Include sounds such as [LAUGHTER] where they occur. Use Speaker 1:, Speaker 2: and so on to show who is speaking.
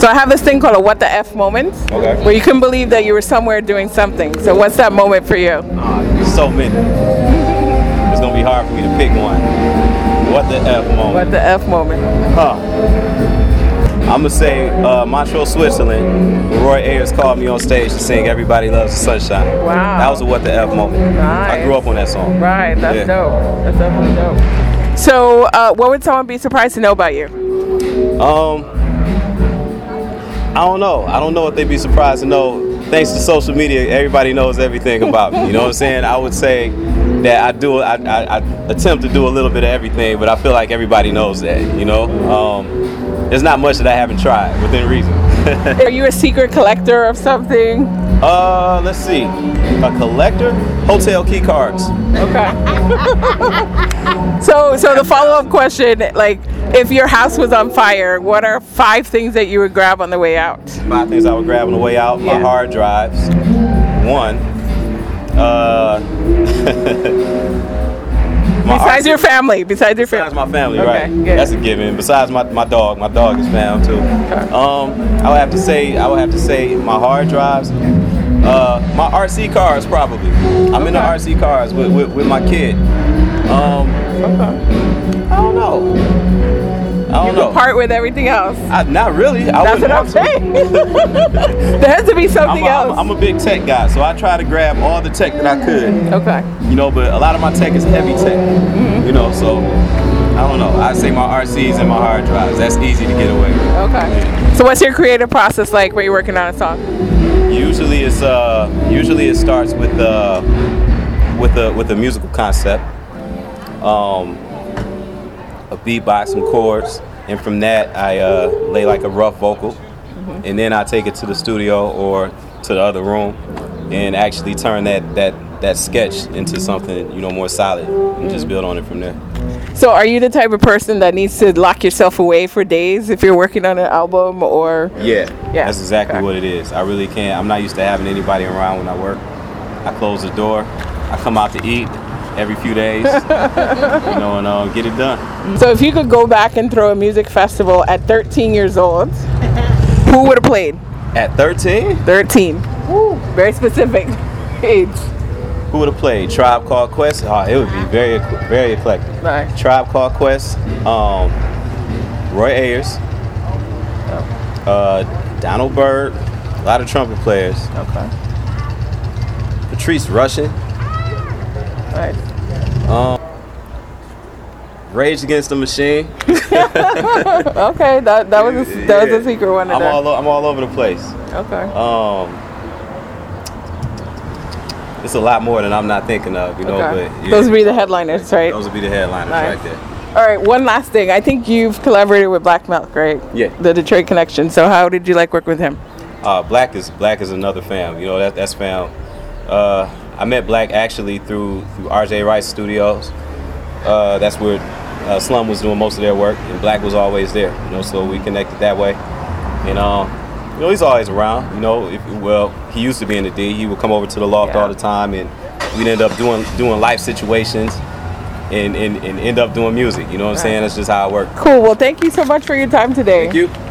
Speaker 1: So I have this thing called a what the F moment
Speaker 2: Okay.
Speaker 1: where you couldn't believe that you were somewhere doing something. So what's that moment for you?
Speaker 2: There's so many. It's gonna be hard for me to pick one. What the F moment?
Speaker 1: What the F moment?
Speaker 2: Huh. I'm gonna say uh, Montreal, Switzerland. when Roy Ayers called me on stage to sing "Everybody Loves the Sunshine."
Speaker 1: Wow.
Speaker 2: That was a what the f moment. I
Speaker 1: Nice.
Speaker 2: grew up on that song.
Speaker 1: Right, that's
Speaker 2: Yeah.
Speaker 1: dope. That's definitely dope. So uh, what would someone be surprised to know about you?
Speaker 2: Um, I don't know. I don't know if they'd be surprised to know. Thanks to social media, everybody knows everything about me. You know what I'm saying? I would say that I do. I, I, I attempt to do a little bit of everything, but I feel like everybody knows that. You know, um, there's not much that I haven't tried within reason. [LAUGHS]
Speaker 1: Are you a secret collector of something?
Speaker 2: Uh, let's see. A collector? Hotel key cards.
Speaker 1: Okay. [LAUGHS] so, so the follow-up question, like, if your house was on fire, what are five things that you would grab on the way out?
Speaker 2: Five things I would grab on the way out. My
Speaker 1: Yeah.
Speaker 2: hard drives. One. Uh. [LAUGHS] my
Speaker 1: Besides your family, besides your
Speaker 2: Besides
Speaker 1: family.
Speaker 2: my family,
Speaker 1: Okay,
Speaker 2: right?
Speaker 1: good.
Speaker 2: That's a given. Besides my, my dog, my dog is fam too. Um, I would have to say I would have to say my hard drives, uh, my RC cars probably. I'm in the
Speaker 1: Okay.
Speaker 2: RC cars with, with, with my kid. Um, I don't know. I don't know.
Speaker 1: Part with everything else.
Speaker 2: I, not really. I
Speaker 1: That's
Speaker 2: wouldn't
Speaker 1: what I'm
Speaker 2: want to.
Speaker 1: saying. [LAUGHS] there has to be
Speaker 2: I'm
Speaker 1: something
Speaker 2: a, I'm,
Speaker 1: else.
Speaker 2: a- I'm a big tech guy, so I try to grab all the tech that I could.
Speaker 1: okay.
Speaker 2: You know, but a lot of my tech is heavy tech.
Speaker 1: Mm-hmm.
Speaker 2: You know, so I don't know. I say my RCs and my hard drives. That's easy to get away with.
Speaker 1: Okay. So what's your creative process like when you're working on a song?
Speaker 2: Usually it's uh usually it starts with uh with a with a musical concept. Um a beatbox, some chords, and from that I uh, lay like a rough vocal, and then I take it to the studio or to the other room, and actually turn that that that sketch into something you know more solid, and just build on it from there.
Speaker 1: So are you the type of person that needs to lock yourself away for days if you're working on an album or
Speaker 2: Yeah.
Speaker 1: Yeah.
Speaker 2: That's exactly
Speaker 1: Okay.
Speaker 2: what it is. I really can't. I'm not used to having anybody around when I work. I close the door. I come out to eat every few
Speaker 1: [LAUGHS]
Speaker 2: days. you know, and uh, get it done.
Speaker 1: So if you could go back and throw a music festival at 13 years old, who would have played?
Speaker 2: At 13,
Speaker 1: 13. Very specific [LAUGHS] age.
Speaker 2: who would have played? Tribe Called Quest? Oh, it would be very, ec- very eclectic.
Speaker 1: Nice.
Speaker 2: Tribe Called Quest, um, Roy Ayers,
Speaker 1: Oh.
Speaker 2: uh, Donald Byrd, a lot of trumpet players,
Speaker 1: Okay.
Speaker 2: Patrice Russian,
Speaker 1: Nice.
Speaker 2: Rage Against the Machine.
Speaker 1: Okay, that, that was a, that was a secret one. in
Speaker 2: I'm
Speaker 1: there.
Speaker 2: all, o- I'm all over the place.
Speaker 1: okay.
Speaker 2: Um, it's a lot more than I'm not thinking of, you know.
Speaker 1: okay.
Speaker 2: But yeah,
Speaker 1: Those would be the headliners, right?
Speaker 2: those would be the headliners
Speaker 1: Nice.
Speaker 2: right there.
Speaker 1: All right, one last thing. I think you've collaborated with Black Milk, right?
Speaker 2: Yeah.
Speaker 1: The Detroit Connection. So how did you like work with him?
Speaker 2: Uh, Black is Black is another fam, you know. That that's fam. Uh, I met Black actually through through R.J. Rice Studios. Uh, that's where uh, Slum was doing most of their work, and Black was always there, you know. So we connected that way, and um, you know he's always around, you know. If, well, he used to be in the D. He would come over to the loft
Speaker 1: Yeah.
Speaker 2: all the time, and we'd end up doing doing life situations. and, and, and end up doing music. You know what I'm saying? That's just how it works.
Speaker 1: Cool. Well, thank you so much for your time today.
Speaker 2: Thank you.